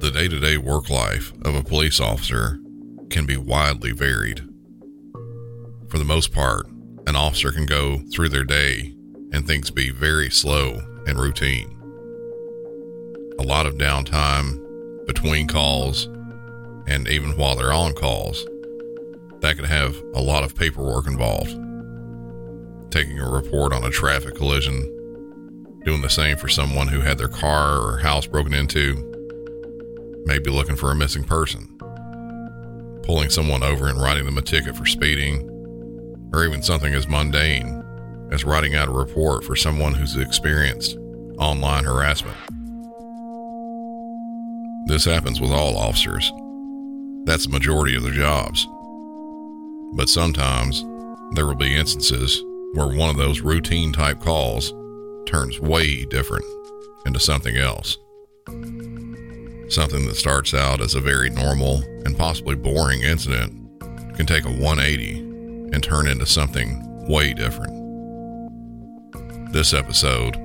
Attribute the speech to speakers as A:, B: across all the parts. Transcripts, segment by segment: A: The day to day work life of a police officer can be widely varied. For the most part, an officer can go through their day and things be very slow and routine. A lot of downtime between calls and even while they're on calls. That can have a lot of paperwork involved. Taking a report on a traffic collision, doing the same for someone who had their car or house broken into, maybe looking for a missing person, pulling someone over and writing them a ticket for speeding, or even something as mundane as writing out a report for someone who's experienced online harassment. This happens with all officers. That's the majority of their jobs. But sometimes there will be instances where one of those routine type calls turns way different into something else. Something that starts out as a very normal and possibly boring incident can take a 180 and turn into something way different. This episode,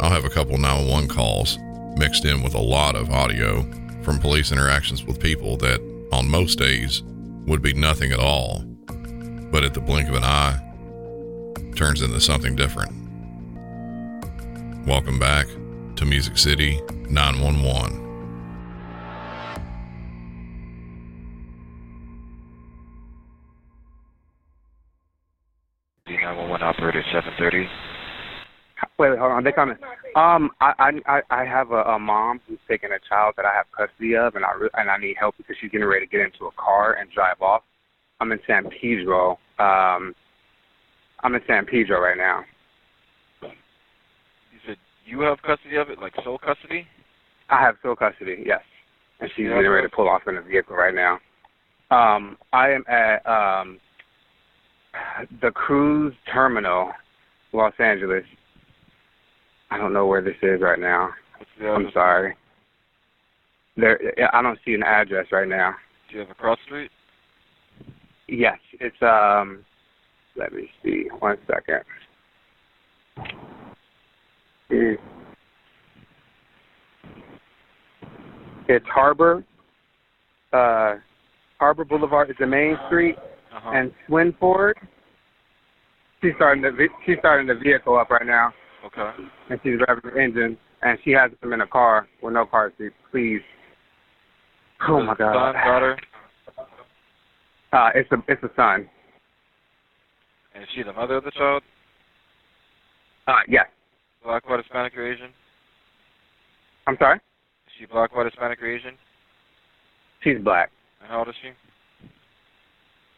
A: I'll have a couple 911 calls mixed in with a lot of audio from police interactions with people that, on most days, would be nothing at all, but at the blink of an eye, turns into something different. Welcome back to Music City 911.
B: D911 operator 730.
C: Wait, wait, hold on. They're coming. Um, I, I, I I have a, a mom who's taking a child that I have custody of, and I re- and I need help because she's getting ready to get into a car and drive off. I'm in San Pedro. Um, I'm in San Pedro right now.
B: You said you have custody of it, like sole custody?
C: I have sole custody, yes, and she's
B: Yeah.
C: getting ready to pull off in a vehicle right now. Um, I am at um the cruise terminal, Los Angeles. I don't know where this is right now.
B: What's the
C: I'm
B: address?
C: sorry. There, I don't see an address right now.
B: Do you have a cross street?
C: Yes, it's um. Let me see. One second. Mm. It's Harbor. Uh, Harbor Boulevard is the main street,
B: Uh-huh.
C: and Swinford. She's starting the ve- she's starting the vehicle up right now,
B: okay.
C: and she's revving the engine, and she has them in a car with no car seat. Please. Oh my God.
B: Son, daughter,
C: Uh, it's a it's a son.
B: and is she the mother of the child?
C: Uh, yes.
B: Black, white, Hispanic, or Asian? Is
C: I'm sorry.
B: she black, white, Hispanic, or Asian?
C: She's black.
B: And how old is she?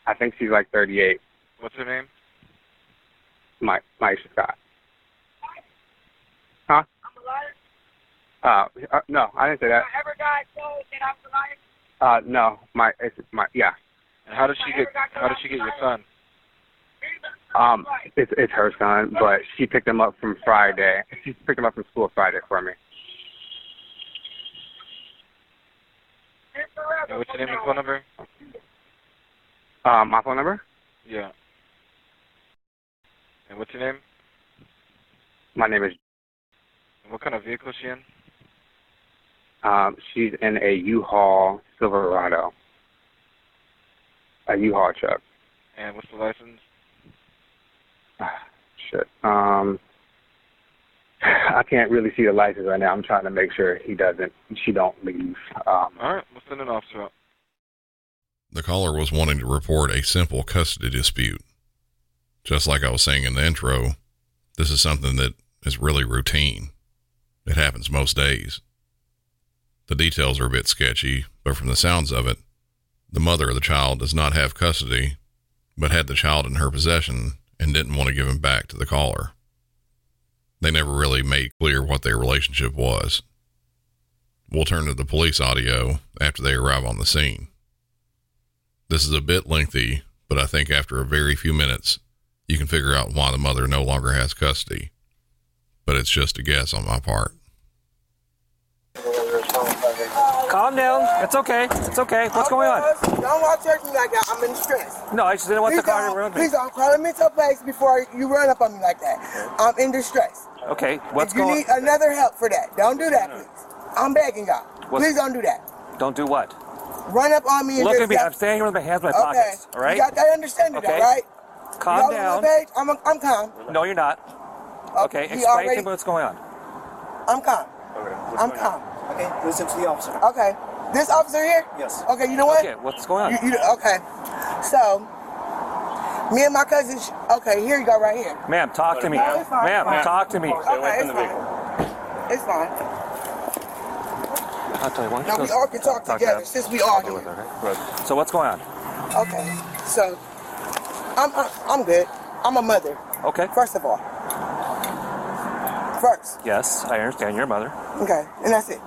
C: I think she's like 38.
B: What's her name?
C: Mike Mike Scott. Huh? Uh, uh, no, I didn't say that. Uh, no, my it's my yeah.
B: And how did she get how did she get your son?
C: Um, it's it's her son, but she picked him up from Friday. She picked him up from school Friday for me.
B: And what's your name and phone number?
C: Um, my phone number,
B: Yeah. And what's your name?
C: my name is.
B: And what kind of vehicle is she in?
C: Um, she's in a U-Haul Silverado. A U-Haul truck.
B: And what's the license?
C: Shit. Um, I can't really see the license right now. I'm trying to make sure he doesn't, she don't leave. Um,
B: All right, we'll send an officer out.
A: The caller was wanting to report a simple custody dispute. Just like I was saying in the intro, this is something that is really routine. It happens most days. The details are a bit sketchy, but from the sounds of it, the mother of the child does not have custody, but had the child in her possession and didn't want to give him back to the caller. They never really made clear what their relationship was. We'll turn to the police audio after they arrive on the scene. This is a bit lengthy, but I think after a very few minutes, you can figure out why the mother no longer has custody. But it's just a guess on my part.
D: Calm down. It's okay. It's okay. What's going on?
E: Don't walk towards me like that. I'm in distress.
D: No, I just didn't want the
E: Please
D: car to
E: don't,
D: run me.
E: please don't call me to place before you run up on me like that. I'm in distress.
D: Okay, what's
E: you
D: going
E: need another help for that. Don't do that, please. I'm begging y'all.
D: What's-
E: Please don't do that.
D: Don't do what?
E: Run up on me and
D: Look
E: just
D: at me.
E: yell-
D: I'm standing here with my hands in my
E: Okay.
D: pockets. All right?
E: You got that understanding,
D: Okay.
E: all right?
D: Calm
E: Y'all
D: down.
E: On my page? I'm, I'm calm.
D: No, you're not. Okay,
E: he
D: explain to
E: already-
D: me what's going on.
E: I'm calm. I'm calm.
F: Okay, listen to the officer.
E: Okay. This officer here?
F: Yes.
E: Okay, you know what?
D: Okay, what's going on?
E: You, you, okay. So, me and my cousin, sh- okay, here you go right here.
D: Ma'am, talk to me.
E: No, it's fine.
D: Ma'am,
E: Ma'am.
D: talk to me.
E: Okay, it's fine. It's fine.
D: I'll tell you why don't you
E: Now, we
D: go-
E: all can talk
D: talk
E: together
D: now.
E: since we all
D: I'll deal with it,
E: here.
D: all right? Right. So what's going on?
E: Okay. So, I'm, I'm, I'm good. I'm a mother,
D: Okay.
E: first of all. First.
D: Yes, I understand. Your mother.
E: Okay, and that's it.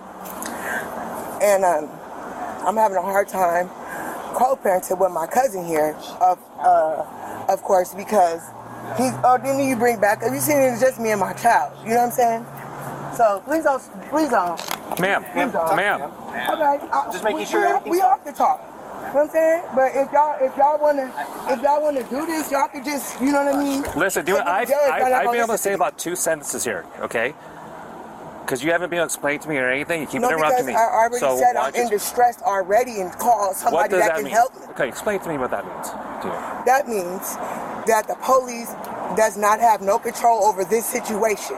E: And um, I'm having a hard time co-parenting with my cousin here, of uh, of course, because he's. Oh, didn't you bring back? You seen it's just me and my child. You know what I'm saying? So please don't, please don't.
D: Ma'am,
E: Please don't.
D: ma'am.
E: Okay, I,
F: Just making
E: we,
F: sure
E: we, have- we
F: everything's
E: have to talk. You know what I'm saying? But if y'all if y'all wanna if y'all wanna do this, y'all could just you know what I mean.
D: Listen, dude,
E: Take it to
D: I've,
E: jail,
D: I've,
E: y'all not
D: I've
E: gonna
D: been able to
E: listen
D: say about two sentences here, okay? Because you haven't been able to explain to me or anything. You keep
E: No,
D: interrupting
E: because
D: me.
E: I already
D: so
E: said
D: why
E: I'm
D: don't
E: in
D: you-
E: distress already and call
D: What
E: somebody
D: does
E: that,
D: that
E: can
D: mean?
E: help me.
D: Okay, explain to me what that means. Do you-
E: That means that the police does not have no control over this situation.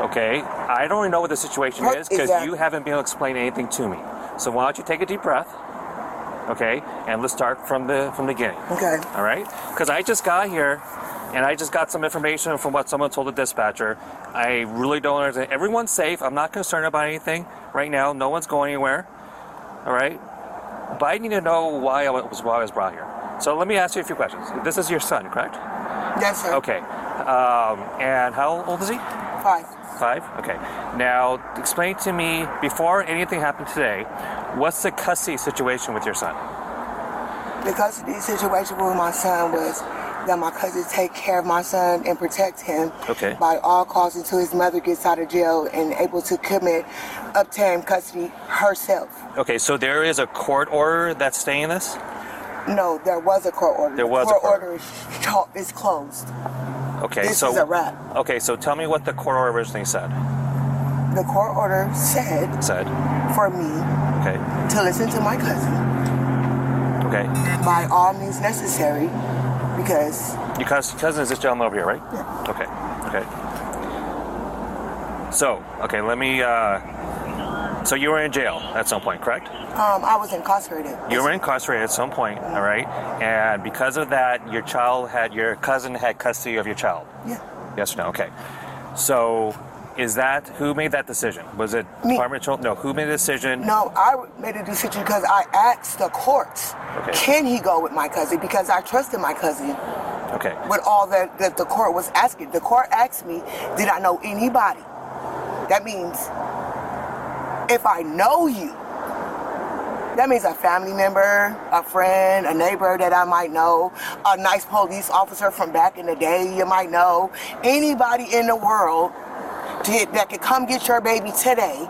D: Okay, I don't really know what the situation
E: What
D: is because
E: exactly?
D: you haven't been able to explain anything to me. So why don't you take a deep breath, okay? And let's start from the from the beginning.
E: Okay.
D: All right? Because I just got here and I just got some information from what someone told the dispatcher. I really don't understand. Everyone's safe. I'm not concerned about anything right now. No one's going anywhere. All right? But I need to know why I was, why I was brought here. So let me ask you a few questions. This is your son, correct?
E: Yes, sir.
D: Okay. Um, and how old is he?
E: Fine.
D: Five? Okay. Now, explain to me, before anything happened today, what's the custody situation with your son?
E: The custody situation with my son was that my cousin take care of my son and protect him
D: Okay.
E: by all costs until his mother gets out of jail and able to commit obtain custody herself.
D: Okay, so there is a court order that's staying this?
E: No, there was a court order.
D: There was a
E: court
D: court
E: order is, cho- is closed.
D: Okay,
E: This
D: so
E: is a wrap.
D: Okay, so tell me what the court order originally said.
E: The court order said
D: Said.
E: for me
D: Okay.
E: to listen to my cousin
D: Okay.
E: by all means necessary because
D: Your cous- cousin is this gentleman over here, right? Yeah. Okay. Okay. So, okay, let me. Uh, so you were in jail at some point, correct?
E: Um, I was incarcerated.
D: You were incarcerated at some point, all right? And because of that, your child had your cousin had custody of your child.
E: Yeah.
D: Yes or no? Okay. So, is that who made that decision? Was it
E: Me.
D: Department of Children? No. Who made the decision?
E: No, I made a decision because I asked the courts,
D: Okay.
E: can he go with my cousin? Because I trusted my cousin
D: Okay.
E: with all that, that the court was asking. The court asked me, did I know anybody? That means if I know you, that means a family member, a friend, a neighbor that I might know, a nice police officer from back in the day you might know, anybody in the world to, that could come get your baby today.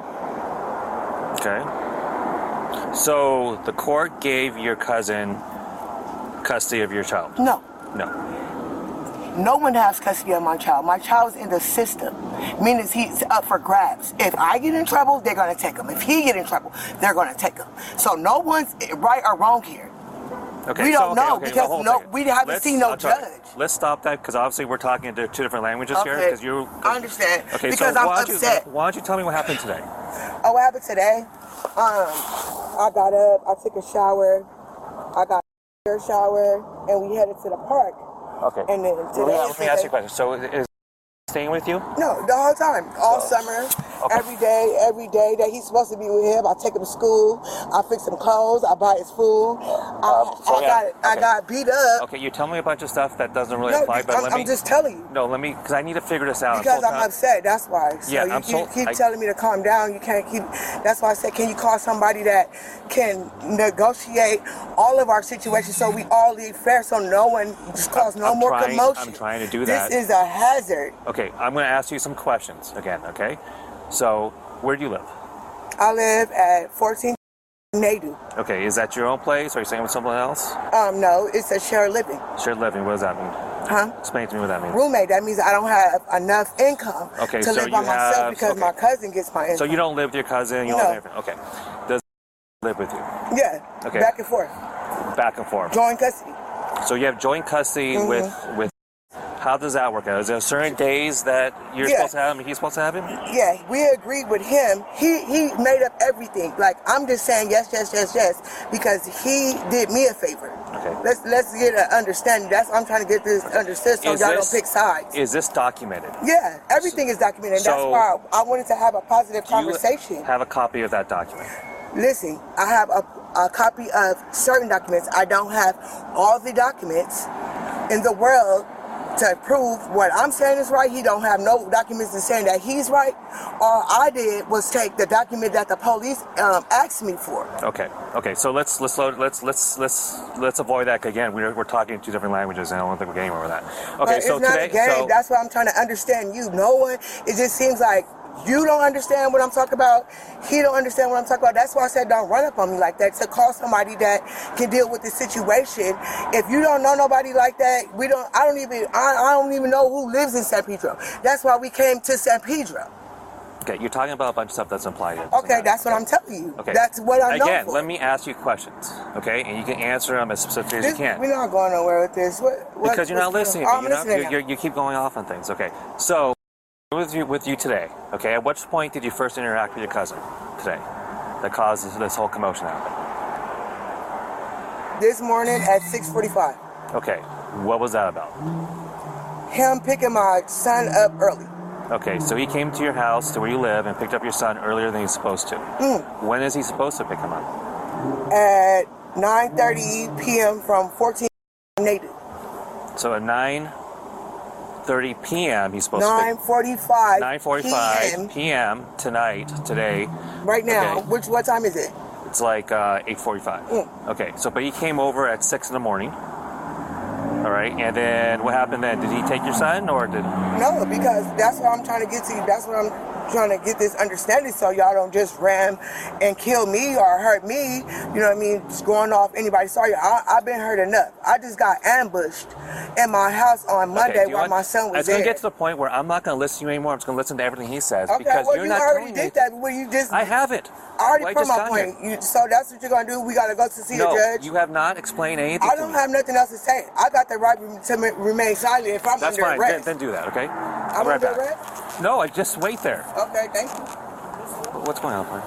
D: Okay. So the court gave your cousin custody of your child?
E: No,
D: No.
E: No one has custody of my child. My child's in the system, meaning he's up for grabs. If I get in trouble, they're gonna take him. If he get in trouble, they're gonna take him. So no one's right or wrong here.
D: Okay.
E: We
D: so, okay,
E: don't know
D: okay,
E: because
D: hold on a
E: no-
D: second.
E: we haven't seen no
D: I'll try-
E: judge.
D: Let's stop that because obviously we're talking to two different languages here
E: Okay.
D: because you.
E: I understand.
D: Okay.
E: because
D: so
E: I'm
D: why don't
E: upset.
D: You, why don't you tell me what happened today?
E: Oh, what happened today? Um, I got up, I took a shower, I got a shower, and we headed to the park.
D: Okay.
E: And then
D: Let me-
E: today
D: let
E: is
D: me ask
E: the
D: you a question. So is staying with you?
E: No, the whole time, all summer, every day, every day that he's supposed to be with him. I take him to school. I fix him clothes. I buy his food. I,
D: Uh, so
E: I
D: yeah,
E: got I
D: okay.
E: got beat up.
D: Okay. You tell me a bunch of stuff that doesn't really
E: No,
D: apply, but
E: I'm,
D: let
E: I'm
D: me.
E: just telling you
D: no, let me because I need to figure this out.
E: because
D: So
E: I'm
D: it's not-
E: upset. That's why. So
D: Yeah,
E: you,
D: I'm
E: you
D: so-
E: keep
D: I-
E: telling me to calm down. You can't keep. That's why I said, can you call somebody that can negotiate all of our situations so we all leave fair, so no one just cause no
D: I'm
E: more
D: trying-
E: commotion.
D: I'm trying to do that.
E: This is a hazard.
D: Okay. I'm going to ask you some questions again. Okay. So where do you live?
E: I live at 14 Nadu.
D: Okay, is that your own place? Or are you staying with someone else?
E: Um, no, it's a shared living.
D: Shared living, what does that mean?
E: Huh?
D: Explain to me what that means.
E: Roommate, that means I don't have enough income
D: Okay,
E: to
D: so
E: live by
D: you
E: myself
D: have-
E: because
D: okay.
E: my cousin gets my income.
D: So you don't live with your cousin. You
E: No.
D: don't live okay. Does live with you?
E: Yeah.
D: Okay.
E: Back and forth.
D: Back and forth.
E: Joint custody.
D: So you have joint custody
E: Mm-hmm.
D: with with. How does that work out? Is there certain days that you're
E: Yeah.
D: supposed to have him and he's supposed to have him?
E: Yeah, we agreed with him. He he made up everything. Like I'm just saying yes, yes, yes, yes, because he did me a favor.
D: Okay.
E: Let's let's get an understanding. That's what I'm trying to get this understood so
D: Is
E: y'all
D: this-
E: don't pick sides.
D: Is this documented?
E: yeah, everything is documented. That's
D: So-
E: why I wanted to have a positive
D: Do you
E: conversation.
D: have a copy of that document.
E: Listen, I have a, a copy of certain documents. I don't have all the documents in the world to prove what I'm saying is right. He don't have no documents to saying that he's right. All I did was take the document that the police um, asked me for.
D: Okay. Okay. So let's let's load, let's let's let's let's avoid that again. We're, we're talking two different languages, and I don't think we're getting over that. Okay.
E: but
D: so
E: it's not
D: today,
E: a game.
D: so
E: That's what I'm trying to understand you. No one. It just seems like you don't understand what I'm talking about. He don't understand what I'm talking about. That's why I said don't run up on me like that. To call somebody that can deal with the situation. If you don't know nobody like that, we don't. I don't even. I, I don't even know who lives in San Pedro. That's why we came to San Pedro.
D: okay, you're talking about a bunch of stuff that's implied. here.
E: Okay, that's what I'm telling you.
D: Okay.
E: That's what I know.
D: Again,
E: for.
D: let me ask you questions. Okay, and you can answer them as specifically as
E: This,
D: you can.
E: We're not going nowhere with this. What, what,
D: because you're not
E: what's-
D: listening.
E: Oh,
D: to me. You're
E: I'm
D: not-
E: listening.
D: you you- you keep going off on things. Okay. So with you with you today. Okay. At which point did you first interact with your cousin today? That caused this, this whole commotion to happen.
E: this morning at 6:45.
D: Okay. What was that about?
E: Him picking my son up early.
D: Okay, so he came to your house, to where you live, and picked up your son earlier than he's supposed to.
E: Hmm.
D: When is he supposed to pick him up?
E: at 9:30 p.m. from 14 Native.
D: So at 9:30 p.m. he's supposed to pick.
E: 9:45.
D: 9:45 p.m. tonight, today.
E: Right now,
D: Okay.
E: which what time is it?
D: It's like uh, 8:45.
E: Mm.
D: Okay, so but he came over at six in the morning. All right, and then what happened then? Did he take your son, or did?
E: No, because that's what I'm trying to get to. That's what I'm trying to get this understanding, so y'all don't just ram and kill me or hurt me. You know what I mean? Just going off anybody. Sorry, I, I've been hurt enough. I just got ambushed in my house on Monday
D: Okay, do you
E: while
D: want-
E: my son was
D: It's gonna
E: there.
D: get to the point where I'm not gonna listen to you anymore. I'm just gonna listen to everything he says
E: okay,
D: because
E: well
D: you're
E: you
D: not
E: already
D: doing
E: did
D: anything.
E: that. Well, you just
D: I haven't.
E: I already
D: Well,
E: put
D: just
E: my
D: got here.
E: point. You, so that's what you're gonna do. We gotta go to see
D: no,
E: a judge.
D: you have not explained anything.
E: I
D: to
E: don't
D: me.
E: have nothing else to say. I got the right to m- remain silent if I'm
D: That's
E: under
D: fine. Then,
E: arrest.
D: then do that, okay?
E: I'm
D: Be right
E: under
D: back.
E: arrest.
D: No, I just wait there.
E: Okay, thank you.
D: What's going on, Mark?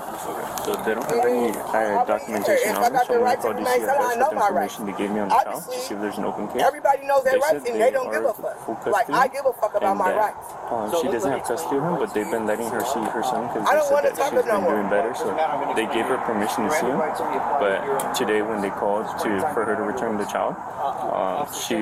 F: So they don't have any uh, documentation on this. So I'm going to call DCFS with the information they gave me on the child to see if there's an open case.
E: Everybody knows their
F: They
E: rights
F: said
E: and
F: they
E: they don't give
F: are
E: a
F: full
E: fuck.
F: custody.
E: Like I give a fuck about
F: and
E: my
F: that,
E: rights.
F: Um, she doesn't have custody of him, but they've been letting her see her son because
E: I
F: they
E: don't wanna
F: said that
E: talk
F: she's
E: no
F: been
E: more.
F: doing better. So they gave her permission to see him. But today, when they called to for her to return the child, um, she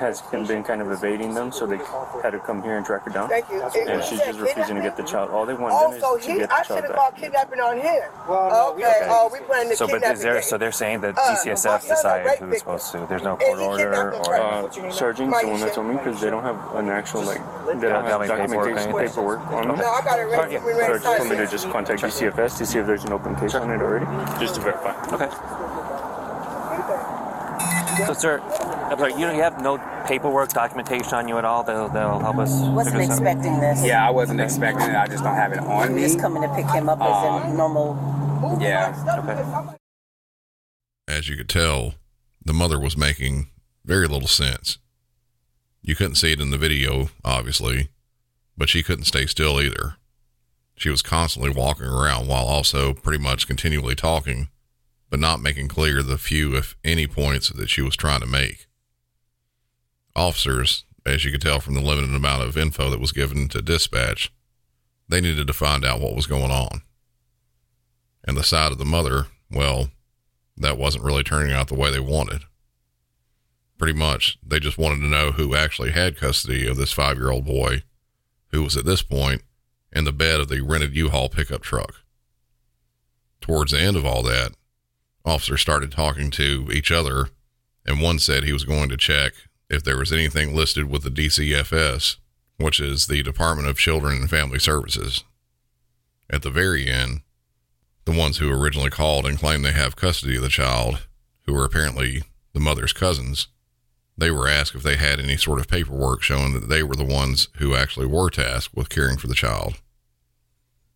F: has been kind of evading them. So they had her come here and track her down.
E: Thank you.
F: And she's just refusing to get the child. All they want
E: Oh,
F: them
E: so
F: is to
E: he,
F: get the
E: I should
F: child
E: have
F: back.
E: called kidnapping on him. okay,
F: okay.
E: oh, we playing the
D: So, but
E: kidnapping
D: is there?
E: game.
D: So they're saying that
E: Uh, my
D: DCSF
E: son's a rape
D: decided who's
E: victim.
D: supposed to. There's no
E: And
D: court
E: he
D: order
E: kidnapped
D: or.
E: him.
F: Uh, Sergeant's the one that told me because they don't have an actual like they
D: Don't
F: don't have
D: have any paperwork or
F: documentation
D: anything.
F: paperwork on them.
E: No, I got it right to
F: So
E: remain
F: I just told me to
E: silent.
F: just contact DCFS to see if there's an open case on it already, just to verify.
D: Okay. So, sir, I'm sorry, you, you have no paperwork documentation on you at all that'll, that'll help us.
G: Wasn't
D: figure this out?
G: expecting this.
H: Yeah, I wasn't expecting it. I just don't have it on
G: I'm
H: me. Um,
G: just coming to pick him up as a normal.
H: Yeah.
A: As you could tell, the mother was making very little sense. You couldn't see it in the video, obviously, but she couldn't stay still either. She was constantly walking around while also pretty much continually talking, but not making clear the few, if any, points that she was trying to make. Officers, as you could tell from the limited amount of info that was given to dispatch, they needed to find out what was going on. And the side of the mother, well, that wasn't really turning out the way they wanted. Pretty much, they just wanted to know who actually had custody of this five year old boy who was at this point in the bed of the rented U Haul pickup truck. Towards the end of all that, officers started talking to each other, and one said he was going to check if there was anything listed with the DCFS, which is the Department of Children and Family Services. At the very end, the ones who originally called and claimed they have custody of the child, who are apparently the mother's cousins, They were asked if they had any sort of paperwork showing that they were the ones who actually were tasked with caring for the child.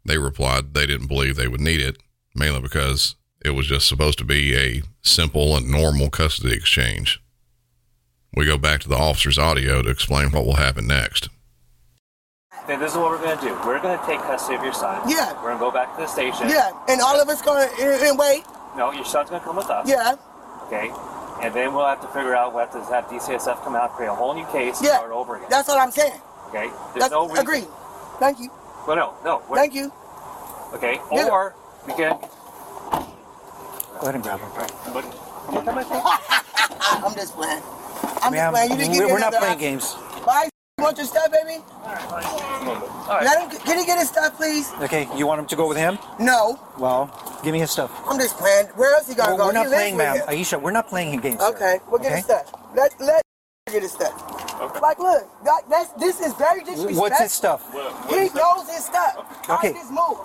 A: They replied they didn't believe they would need it, mainly because it was just supposed to be a simple and normal custody exchange. We go back to the officer's audio to explain what will happen next.
D: Then this is what we're going to do. We're going to take custody of your son.
E: Yeah.
D: We're going to go back to the station.
E: Yeah, and all of us going to and wait.
D: No, your son's going to come with us.
E: Yeah,
D: Okay. And then we'll have to figure out. We'll have to have DCSF come out, create a whole new case, and
E: yeah.
D: start over again.
E: That's what I'm saying.
D: okay. There's
E: That's,
D: no reason.
E: agreed. Thank you.
D: Well, no, no. We're,
E: Thank you.
D: Okay.
E: Yeah.
D: Or we can. Go ahead and grab him. But,
E: I, I'm just playing. I'm
G: Ma'am,
E: just playing. You didn't give me
G: we- we're not
E: another
G: playing
E: option.
G: games.
E: Why? You want your stuff, baby?
D: all right.
E: Let him. Can he get his stuff, please?
G: Okay, you want him to go with him?
E: No.
G: Well,
E: Oh.
G: give me his stuff.
E: I'm just playing. Where else he gonna
G: Well,
E: go?
G: we're
E: He
G: not
E: lives
G: playing,
E: with
G: ma'am.
E: him.
G: Aisha, we're not playing games. sir.
E: Okay, we'll get his stuff. Let let get his stuff. Like, look, that, that's this is very disrespectful.
G: What's his stuff?
E: He knows his stuff.
G: Okay.
E: Okay. This move.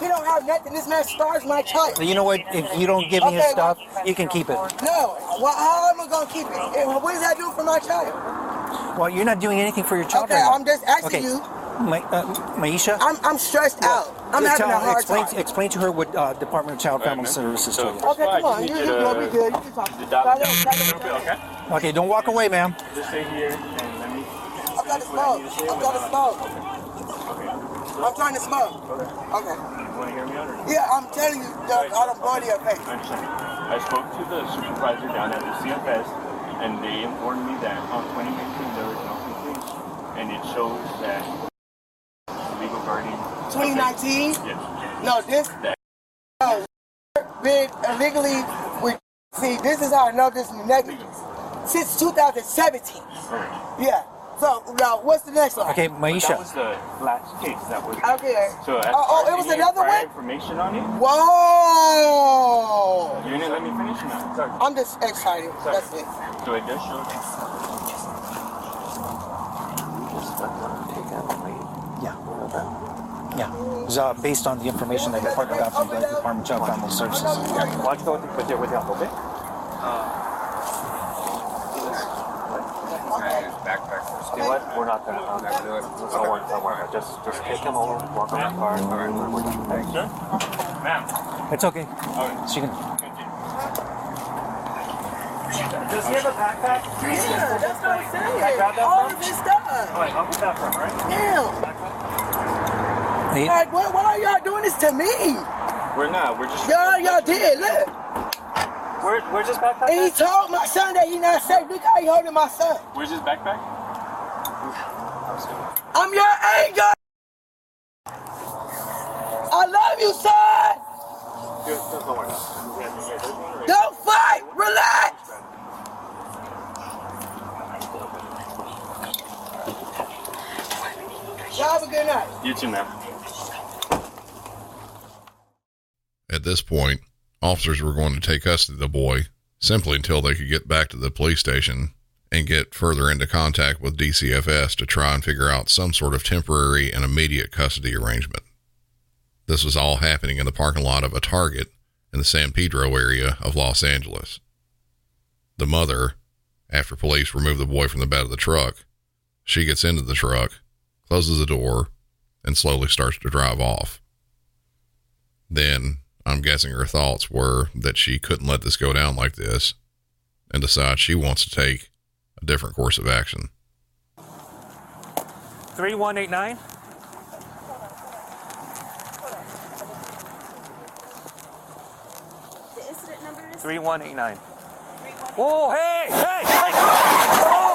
E: He don't have nothing. This man stars my child.
G: You know what? If you don't give me his
E: Okay.
G: stuff, you can keep it.
E: No. Well, how am I gonna keep it? Eh, What does that do for my child?
G: Well, you're not doing anything for your child
E: Okay,
G: right now.
E: I'm just asking
G: Okay.
E: you.
G: Ma- uh, Maisha?
E: I'm I'm stressed out. I'm having
G: Tell-
E: a hard
G: explain,
E: time.
G: Explain to her what uh, Department of Child Family Services
F: So-
G: told you.
E: Okay, come on.
F: You
E: You,
F: did
E: you
F: a-
E: gonna be good. You can talk.
F: did
E: No,
F: that-
E: no, no, no, no.
F: Okay.
G: Okay, don't walk away, ma'am.
F: Just stay here and let me.
E: I'm trying to smoke. I'm trying to smoke. I'm trying to smoke. Okay.
F: You want to hear me out or?
E: Yeah, I'm telling you, Doug, I don't blow to your face.
F: I understand. I spoke to the supervisor down at the CFS, and they informed me that on 2019 there was no complaints, and it shows that legal guardian.
E: 2019?
F: Yes.
E: No, this. No, been illegally. With, see, this is how I know this is negligence. Since 2017. Yeah. So now, what's the next one?
G: Okay,
F: That was
G: Maisha.
F: the last case that was.
E: Okay.
F: So as
E: oh,
F: far
E: oh,
F: as
E: it was
F: any
E: another
F: prior
E: one.
F: Information on it.
E: Whoa!
F: You didn't let me finish now. Sorry.
E: I'm just excited.
F: Sorry.
E: That's it.
F: So it does show. that-
G: Yeah. Yeah. It was uh, based on the information that the partner got from the Department of Child Family Services.
F: Why don't you go with- with your- with help, okay?
E: Backpack.
F: You know what? We're not gonna. Um, don't worry, don't worry. Just, just take him over, walk around the car. Sir? Ma'am.
G: It's okay.
F: All right.
G: She can.
F: Does he have a backpack?
E: Yeah, that's what I'm
F: grab
E: saying.
F: that
E: All
F: from?
E: of this stuff.
F: Alright, I'll put that from, alright?
E: Damn.
G: Hey,
E: Like, what, what are y'all doing this to me?
F: We're not, we're just.
E: Y'all, y'all did. Look.
F: Where's, where's his backpack?
E: And he
F: at?
E: told my son that he not safe. Look how he holding my son.
F: Where's his backpack?
E: I'm your angel. I love you, son.
F: Good, good, Don't worry. Yeah, yeah, there's one right-
E: Don't fight. Relax. Y'all have a good night.
F: You too, ma'am.
A: At this point, officers were going to take custody of the boy simply until they could get back to the police station and get further into contact with DCFS to try and figure out some sort of temporary and immediate custody arrangement. This was all happening in the parking lot of a Target in the San Pedro area of Los Angeles. The mother, after police remove the boy from the bed of the truck, she gets into the truck, closes the door, and slowly starts to drive off then I'm guessing her thoughts were that she couldn't let this go down like this and decides she wants to take a different course of action.
D: 3189?
I: The incident number is
D: 3189. Whoa, Oh, hey, hey, hey! Whoa!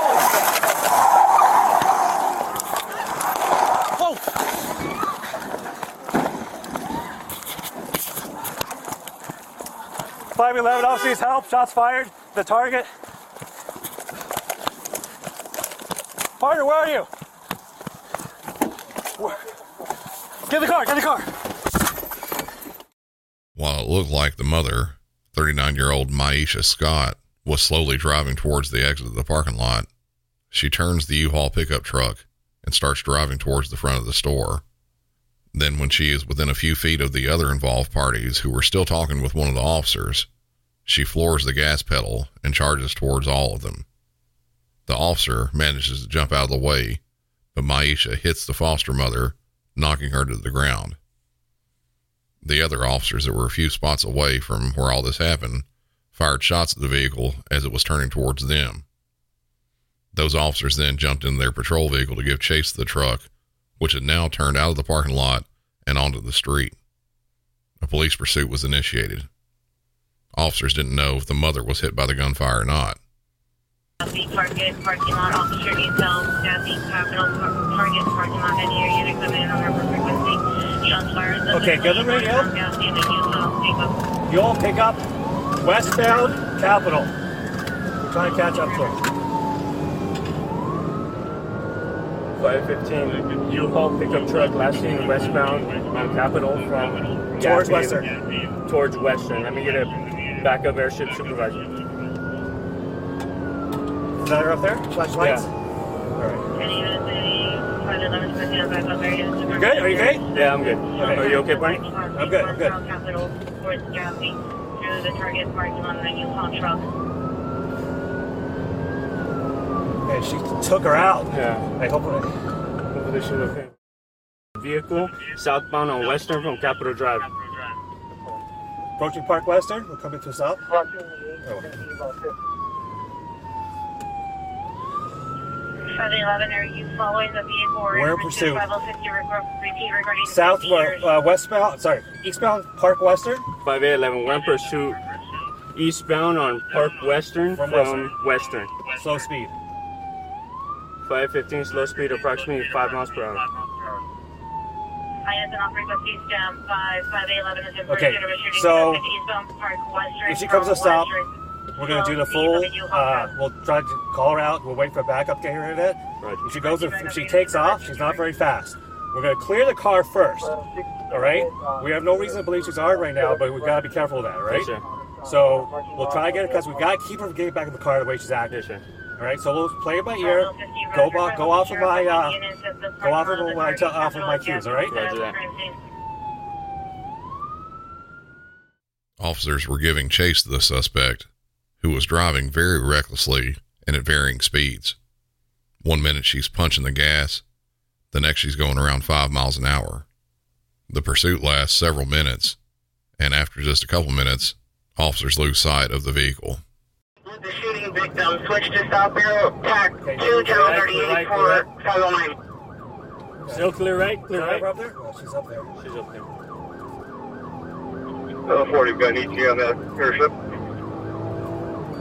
D: Whoa! Five eleven, officers help. Shots fired. The target. Partner, where are you? Where- Get in the car. Get in the car.
A: While it looked like the mother, 39 year old Maisha Scott, was slowly driving towards the exit of the parking lot, she turns the U Haul pickup truck and starts driving towards the front of the store. Then, when she is within a few feet of the other involved parties who were still talking with one of the officers, she floors the gas pedal and charges towards all of them. The officer manages to jump out of the way, but Maisha hits the foster mother, knocking her to the ground. The other officers that were a few spots away from where all this happened fired shots at the vehicle as it was turning towards them. Those officers then jumped into their patrol vehicle to give chase to the truck, which had now turned out of the parking lot and onto the street. A police pursuit was initiated. Officers didn't know if the mother was hit by the gunfire or not.
I: Southeast Target parking lot, officer needs help. Southeast Capitol par- Target parking lot, any air unit coming in on harbor frequency. Shots fired.
J: Okay, go to the radio.
I: Southbound, Union, Utah, pick up.
J: You all pick up westbound Capitol. We're trying to catch up to him.
F: 515 U-Haul pickup truck last seen westbound on Capitol from
J: Towards
F: Gap
J: Western.
F: Towards Western. Let me get a backup airship supervisor.
J: Is that her up there? Flashlights?
F: Yeah.
I: Any unit, any part of the limits, but now back up area.
J: You good? Are you okay?
F: Yeah, I'm good. Are you okay, Brian?
I: I'm
J: good, I'm good.
I: Capitol towards Gaffney, through the Target parking lot, and then Utah truck.
J: Okay, she took her out.
F: Yeah.
J: I hope I
F: Hopefully she's okay. Vehicle southbound on Western from Capitol Drive.
J: approaching Park Western. We're coming to south.
I: Seven eleven, are you following the vehicle? or
J: Where
I: is it
J: pursuit?
I: Level fifty, record- repeat regarding.
J: South,
I: safety or-
J: uh, westbound, sorry, eastbound Park Western.
F: 5811 one pursuit eastbound on Park Western
J: From
F: from,
J: Western.
F: Western.
J: Slow speed.
F: 515 slow speed approximately 5 miles per hour.
I: I have an offer to cease down by 5811 is in
J: Okay,
I: pursuit of a shooting
J: so
I: suspect eastbound Park Western.
J: if she comes to stop,
I: Western.
J: We're gonna do the
I: Southeast
J: full.
I: of U-Haul
J: Uh,
I: route.
J: we'll try to call her out. We'll wait for a backup to get her in it.
F: Right.
J: If she goes, if she takes off, she's not very fast. We're gonna clear the car first. All right. We have no reason to believe she's armed right now, but we gotta be careful of that, right?
F: Yes, sir.
J: So we'll try to get her because we gotta keep her from getting back in the car the way she's acting.
F: Yes, sir.
J: All right. So we'll play it by ear.
I: Level 50
J: Go
I: route,
J: off, go
I: Level
J: off of
I: 50
J: my. Uh,
I: units at the
J: go off
I: parking
J: of
I: lot
J: my- uh,
I: the
J: off of my cues, all right?
F: Roger that.
A: Officers were giving chase to the suspect, who was driving very recklessly and at varying speeds. One minute she's punching the gas, the next she's going around five miles an hour. The pursuit lasts several minutes, and after just a couple minutes, officers lose sight of the vehicle.
I: The shooting victim switched to South Bureau, pack
J: Okay, two, General correct, 38 correct, for correct.
I: follow line.
F: Still clear right? Clear
J: Is
F: right?
J: her up there? Oh, she's up there.
F: She's up there.
K: Level 40, we've got an ETA on that airship.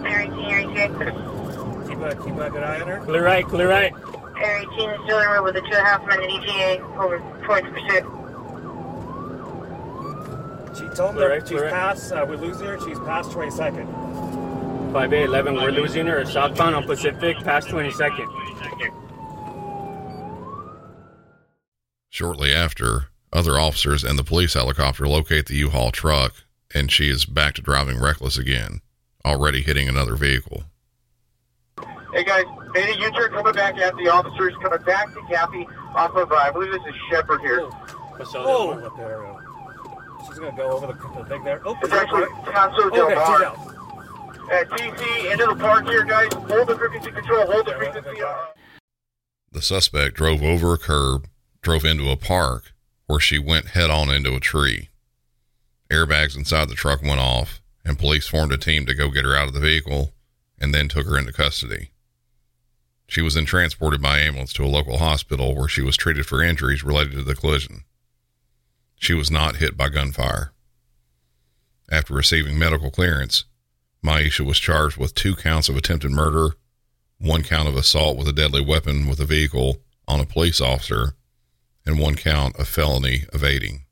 I: Perry King, Perry
J: Keep a, keep a good eye on her.
F: Clear right, clear right.
I: Perry King is still in road with a two and a half minute ETA over towards pursuit.
J: She told me
F: Correct,
J: she's
F: correct.
J: past. Uh, we lose her. She's past 22nd.
F: 5811, we're losing her southbound on Pacific past 22nd.
A: Shortly after, other officers and the police helicopter locate the U Haul truck, and she is back to driving reckless again, already hitting another vehicle.
K: Hey guys, made a U-turn coming back at the officers, coming back to Kathy off of, uh, I believe this is Shepherd here.
J: Oh, up there. uh, She's gonna go over the, the thing there. Oh,
K: It's actually Paso Del
J: Okay, she's
K: Mar.
J: out.
K: At TC, into the park here guys, hold the frequency control, hold the frequency. uh,
A: The suspect drove over a curb, drove into a park, where she went head on into a tree. Airbags inside the truck went off, and police formed a team to go get her out of the vehicle and then took her into custody. She was then transported by ambulance to a local hospital where she was treated for injuries related to the collision. She was not hit by gunfire. After receiving medical clearance, Maisha was charged with two counts of attempted murder one count of assault with a deadly weapon with a vehicle on a police officer, and one count of felony evading.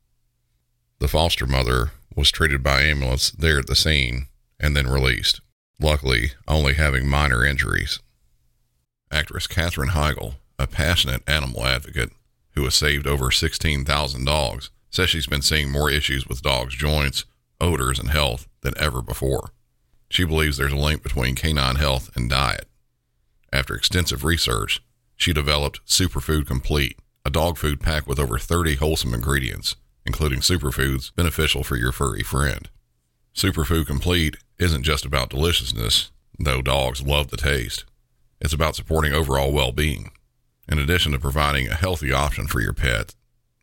A: The foster mother was treated by ambulance there at the scene and then released, luckily only having minor injuries. Actress Katherine Heigl, a passionate animal advocate who has saved over 16,000 dogs, says she's been seeing more issues with dogs' joints, odors, and health than ever before. She believes there's a link between canine health and diet. After extensive research, she developed Superfood Complete, a dog food pack with over 30 wholesome ingredients, including superfoods beneficial for your furry friend. Superfood Complete isn't just about deliciousness, though dogs love the taste. It's about supporting overall well being. In addition to providing a healthy option for your pet,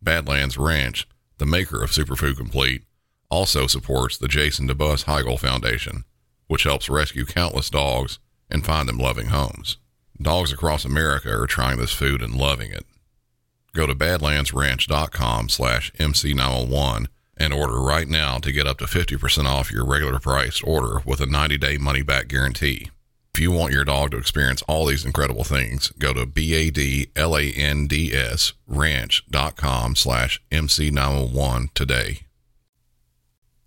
A: Badlands Ranch, the maker of Superfood Complete, also supports the Jason DeBus Heigel Foundation, which helps rescue countless dogs and find them loving homes. Dogs across America are trying this food and loving it. Go to badlandsranch.com slash MC901 and order right now to get up to 50% off your regular priced order with a 90 day money back guarantee. If you want your dog to experience all these incredible things, go to B-A-D-L-A-N-D-S ranch.com slash MC901 today.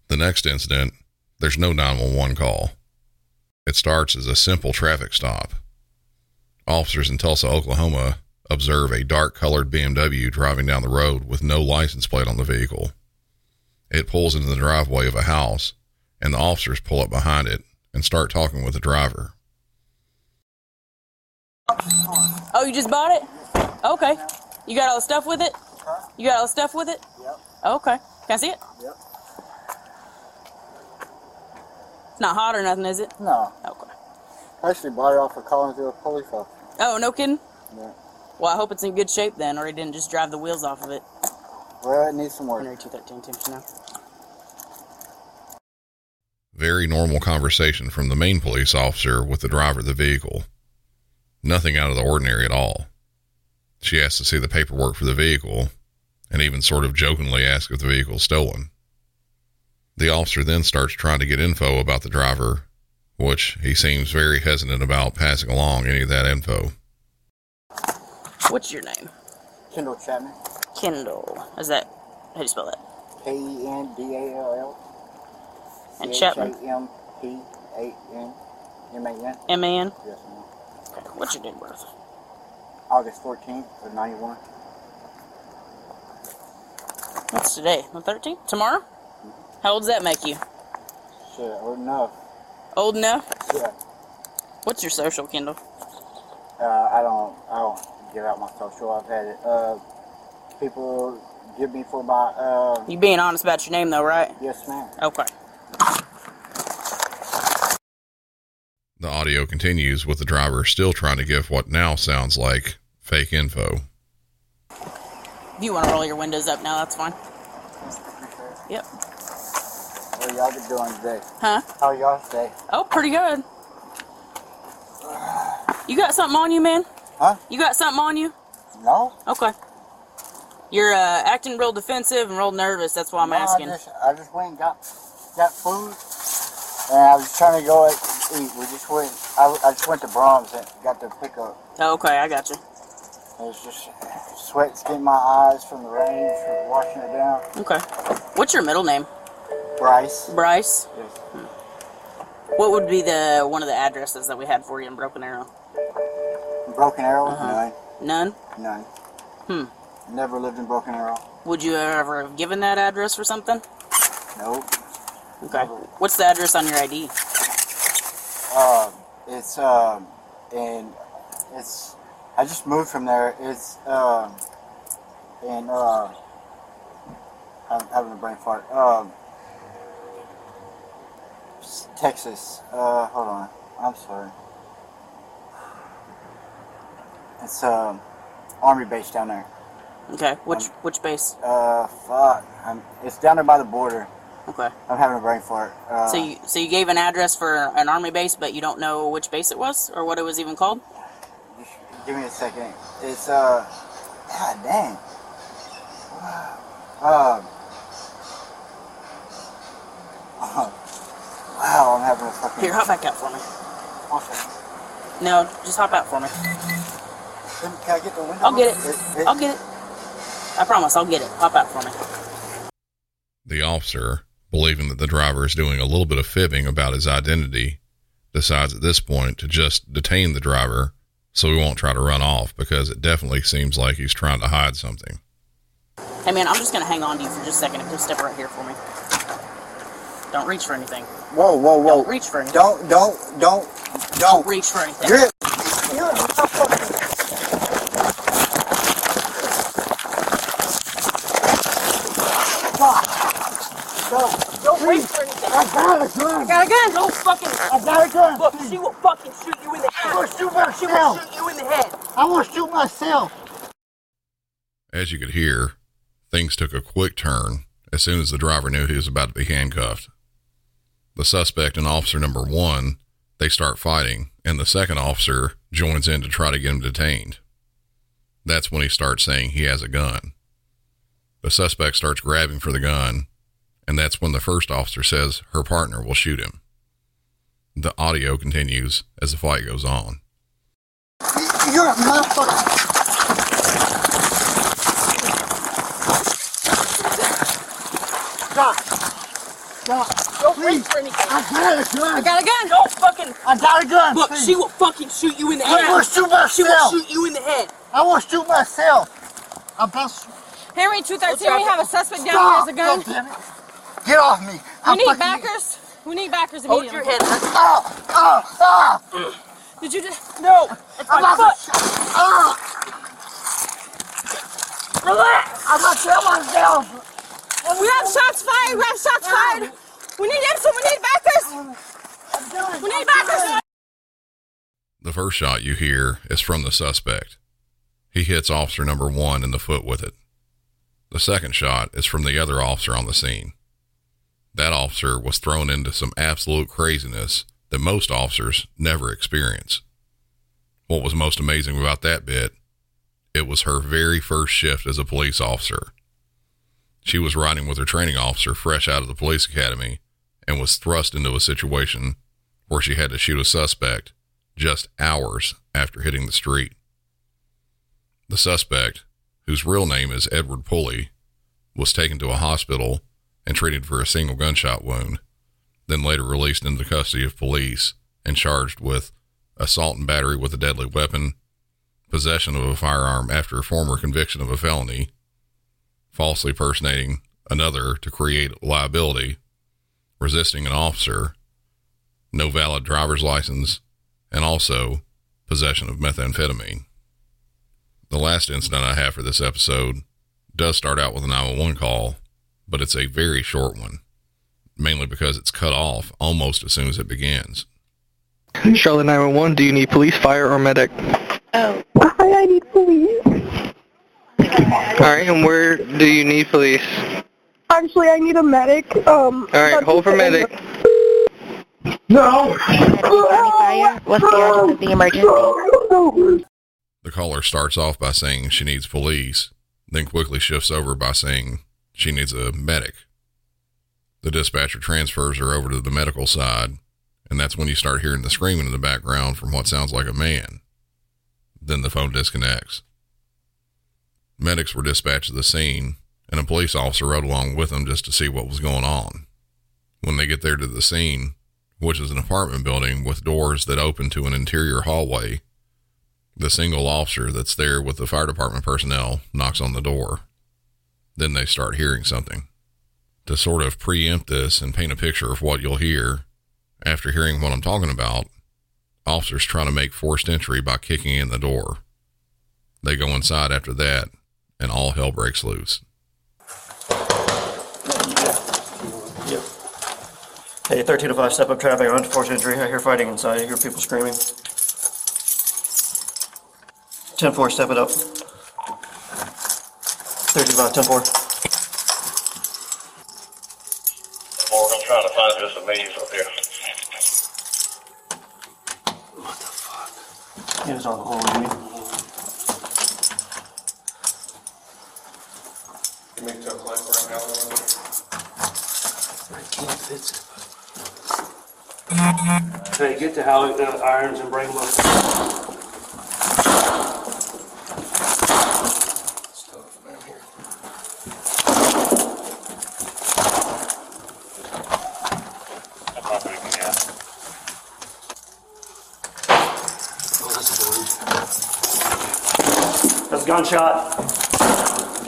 A: The next incident, there's no 911 call. It starts as a simple traffic stop. Officers in Tulsa, Oklahoma observe a dark colored BMW driving down the road with no license plate on the vehicle. It pulls into the driveway of a house, and the officers pull up behind it and start talking with the driver.
L: Oh, you just bought it? Okay. You got all the stuff with it? You got all the stuff with it? Yep. Okay. Can I see it? Yep. It's not hot or nothing, is it?
M: No.
L: Okay.
M: I actually bought it off of Collinsville Police Officer.
L: Oh, no kidding?
M: Yeah.
L: Well, I hope it's in good shape then, or he didn't just drive the wheels off of it.
M: Well, it needs some work.
L: January 213 too, no.
A: Very normal conversation from the main police officer with the driver of the vehicle. Nothing out of the ordinary at all. She asks to see the paperwork for the vehicle and even sort of jokingly asks if the vehicle's stolen. The officer then starts trying to get info about the driver, which he seems very hesitant about passing along any of that info.
L: What's your name?
M: Kendall Chapman.
L: Kendall. Is that how do you spell that?
M: K E N D A L L.
L: And Chapman.
M: M P A N M A N.
L: M A N?
M: Yes, ma'am.
L: Okay. What's your date of birth?
M: August 14th of 91.
L: What's today? The 13th? Tomorrow?
M: Mm-hmm.
L: How old does that make you?
M: Shit, oh, old enough.
L: Old enough?
M: Yeah.
L: What's your social, Kendall?
M: Uh, I don't, I don't give out my social. I've had it. Uh, people give me for my. Uh,
L: You being honest about your name though, right?
M: Yes, ma'am.
L: Okay.
A: The audio continues with the driver still trying to give what now sounds like fake info.
L: If you want to roll your windows up now, that's fine. Yep.
M: What y'all been doing today?
L: Huh?
M: How y'all today?
L: Oh, pretty good. You got something on you, man?
M: Huh?
L: You got something on you?
M: No.
L: Okay. You're uh, acting real defensive and real nervous. That's why I'm
M: No,
L: asking.
M: I just, I just went and got, got food, and I was trying to go and eat. We just went. I, I just went to Brahms and got the pickup.
L: Oh, okay, I got you.
M: It was just sweat's getting my eyes from the rain, from washing it down.
L: Okay. What's your middle name?
M: Bryce.
L: Bryce. Hmm.
M: Yes.
L: What would be the one of the addresses that we had for you in Broken Arrow?
M: Broken Arrow?
L: None.
M: None.
L: None.
M: Hmm. Never lived in Broken Arrow.
L: Would you ever have given that address for something?
M: Nope.
L: Okay. What's the address on your ID?
M: Um, it's um, and it's. I just moved from there. It's um, and uh, I'm having a brain fart. Um, s- Texas. Uh, hold on. I'm sorry. It's um, army base down there.
L: Okay. Which which base?
M: Uh, fuck. I'm, it's down there by the border.
L: Okay.
M: I'm having a brain fart. Uh,
L: so you so you gave an address for an army base, but you don't know which base it was or what it was even called.
M: Give me a second. It's uh, god dang. Um. uh, wow, I'm having a fucking.
L: Here, hop back out for me.
M: Awesome.
L: No, just hop out for me.
M: Can, can I get the window?
L: I'll get it.
M: It- it-
L: I'll get it. I promise, I'll get it. Hop out for me.
A: The officer, believing that the driver is doing a little bit of fibbing about his identity, decides at this point to just detain the driver so he won't try to run off because it definitely seems like he's trying to hide something.
L: Hey man, I'm just gonna hang on to you for just a second. Just step right here for me. Don't reach for anything.
M: Whoa, whoa, whoa!
L: Don't reach for anything.
M: Don't, don't, don't, don't
L: reach for anything.
M: You're,
E: Fuck. Go, go,
L: wait for anything.
M: I got a gun.
L: I got a gun. No fucking. I
M: got a gun.
L: Look, she will fucking shoot you in the head. I will
M: shoot
L: She will shoot you in the head.
M: I want to shoot myself.
A: As you could hear, things took a quick turn as soon as the driver knew he was about to be handcuffed. The suspect and officer number one, they start fighting, and the second officer joins in to try to get him detained. That's when he starts saying he has a gun. The suspect starts grabbing for the gun, and that's when the first officer says her partner will shoot him. The audio continues as the fight goes on.
M: You're a motherfucker.
L: Stop.
M: Stop.
L: Don't wait for anything.
M: I got a gun.
L: I got a gun. No fucking.
M: I got a gun.
L: Look,
M: Please.
L: she will fucking shoot you in the
M: I
L: head.
M: will shoot myself.
L: She will shoot you in the head.
M: I want to shoot myself. I'm about to
N: Henry 213, we have a suspect down
M: Stop.
N: here as a
M: God damn
N: gun.
M: it. Get off me.
N: We
M: I'm
N: need
M: fucking-
N: backers. We need backers
M: Hold
N: immediately.
M: your head up. Oh, oh, oh.
N: Did you just?
L: No.
N: It's
M: I'm
N: my
M: about
N: foot.
M: to shoot. Oh.
N: Relax.
M: I'm about to kill myself.
N: We have shots fired. We have shots fired. We need Ipsum. We need backers. We need backers.
A: The first shot you hear is from the suspect. He hits officer number one in the foot with it. The second shot is from the other officer on the scene. That officer was thrown into some absolute craziness that most officers never experience. What was most amazing about that bit, it was her very first shift as a police officer. She was riding with her training officer fresh out of the police academy and was thrust into a situation where she had to shoot a suspect just hours after hitting the street. The suspect, whose real name is Edward Pulley, was taken to a hospital and treated for a single gunshot wound, then later released into the custody of police and charged with assault and battery with a deadly weapon, possession of a firearm after a former conviction of a felony, falsely personating another to create liability, resisting an officer, no valid driver's license, and also possession of methamphetamine. The last incident I have for this episode does start out with a 911 call, but it's a very short one, mainly because it's cut off almost as soon as it begins.
O: Charlotte 911, do you need police, fire, or medic?
P: Oh. Hi, I need police.
O: Alright, and where do you need police?
P: Actually, I need a medic. Um.
O: Alright, hold for medic.
P: No. Fire. What's the urgent of the emergency?
A: The caller starts off by saying she needs police, then quickly shifts over by saying she needs a medic. The dispatcher transfers her over to the medical side, and that's when you start hearing the screaming in the background from what sounds like a man. Then the phone disconnects. Medics were dispatched to the scene, and a police officer rode along with them just to see what was going on. When they get there to the scene, which is an apartment building with doors that open to an interior hallway, the single officer that's there with the fire department personnel knocks on the door. Then they start hearing something. To sort of preempt this and paint a picture of what you'll hear, after hearing what I'm talking about, officers try to make forced entry by kicking in the door. They go inside after that, and all hell breaks loose.
Q: Hey, 1305, step up traffic, on to force injury. I hear fighting inside. I hear people screaming. 10 4, step it up. 1305, 10 4.
R: Morgan, I'm trying to find this amaze up here.
Q: He was on the hole with me.
R: Give me a tough life right now. I can't fit.
S: Hey, get the Halley, the irons and bring them up.
Q: That's a gunshot.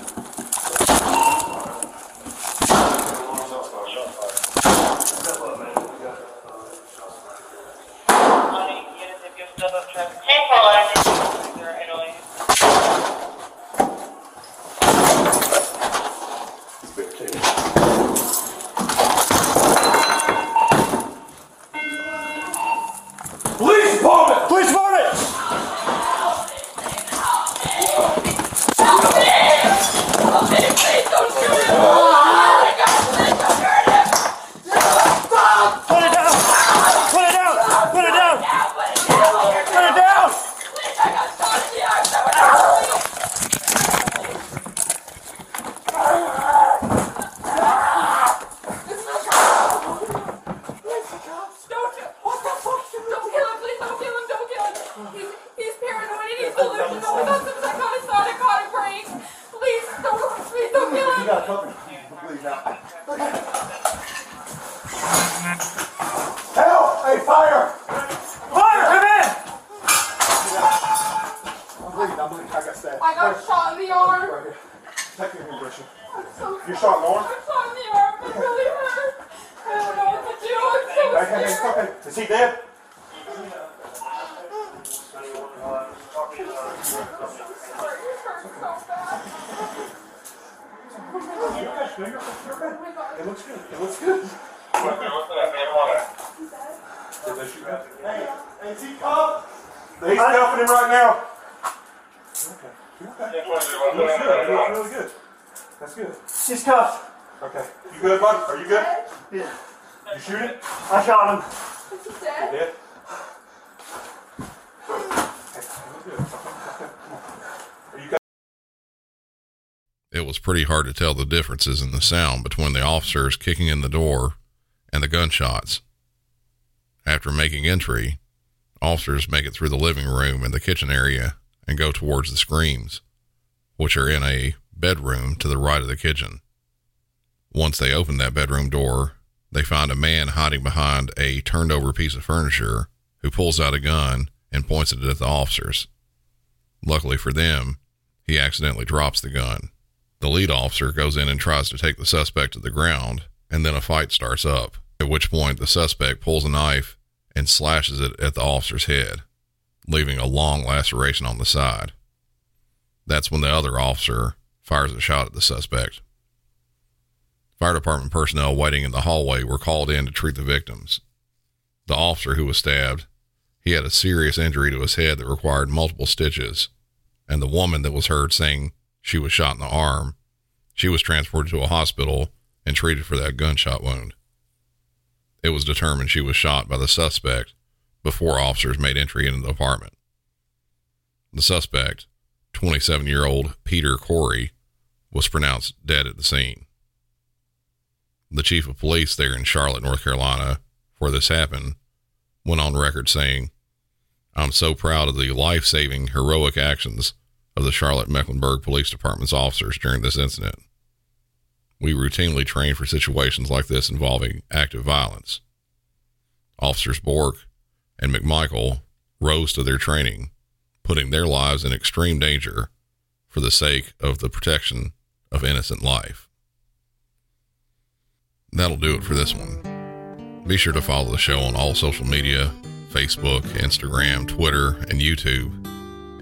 K: Help! Hey, fire! Fire! Come in! I'm bleeding, I'm bleeding. I got stabbed.
N: I got
K: Wait.
N: shot in the arm.
K: Right here. Take your compression. You shot in the arm?
N: shot in the arm. It really hurt. I don't know what to do. I'm so
K: Hey, hey, hey, stop it. Is he dead? It looks good. It looks good. Did they shoot him? Hey, hey, is he cop? He's helping him right now. It looks good. It looks really good. That's good.
S: He's cuffed.
K: Okay. You good, bud? Are you good? Yeah. You shoot it? I shot him. You dead?
A: It was pretty hard to tell the differences in the sound between the officers kicking in the door and the gunshots. After making entry, officers make it through the living room and the kitchen area and go towards the screams, which are in a bedroom to the right of the kitchen. Once they open that bedroom door, they find a man hiding behind a turned over piece of furniture who pulls out a gun and points it at the officers. Luckily for them, he accidentally drops the gun. The lead officer goes in and tries to take the suspect to the ground, and then a fight starts up, at which point the suspect pulls a knife and slashes it at the officer's head, leaving a long laceration on the side. That's when the other officer fires a shot at the suspect. Fire department personnel waiting in the hallway were called in to treat the victims. The officer who was stabbed, he had a serious injury to his head that required multiple stitches, and the woman that was heard saying she was shot in the arm, she was transported to a hospital and treated for that gunshot wound. It was determined she was shot by the suspect before officers made entry into the apartment. The suspect, 27 year old Peter Corey, was pronounced dead at the scene the chief of police there in Charlotte, North Carolina, where this happened, went on record saying, I'm so proud of the life saving, heroic actions of the Charlotte Mecklenburg Police Department's officers during this incident. We routinely train for situations like this involving active violence. Officers Bork and McMichael rose to their training, putting their lives in extreme danger for the sake of the protection of innocent life that'll do it for this one. Be sure to follow the show on all social media Facebook, Instagram, Twitter, and YouTube.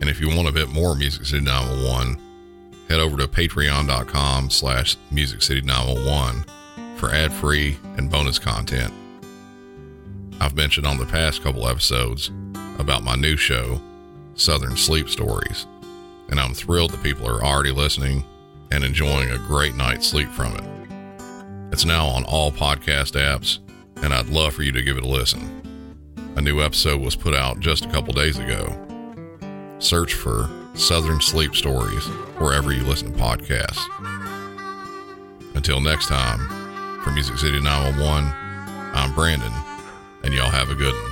A: And if you want a bit more Music City 911, head over to patreon.com slash Music City 911 for ad-free and bonus content. I've mentioned on the past couple episodes about my new show, Southern Sleep Stories, and I'm thrilled that people are already listening and enjoying a great night's sleep from it. It's now on all podcast apps, and I'd love for you to give it a listen. A new episode was put out just a couple days ago. Search for Southern Sleep Stories wherever you listen to podcasts. Until next time, for Music City 911, I'm Brandon, and y'all have a good one.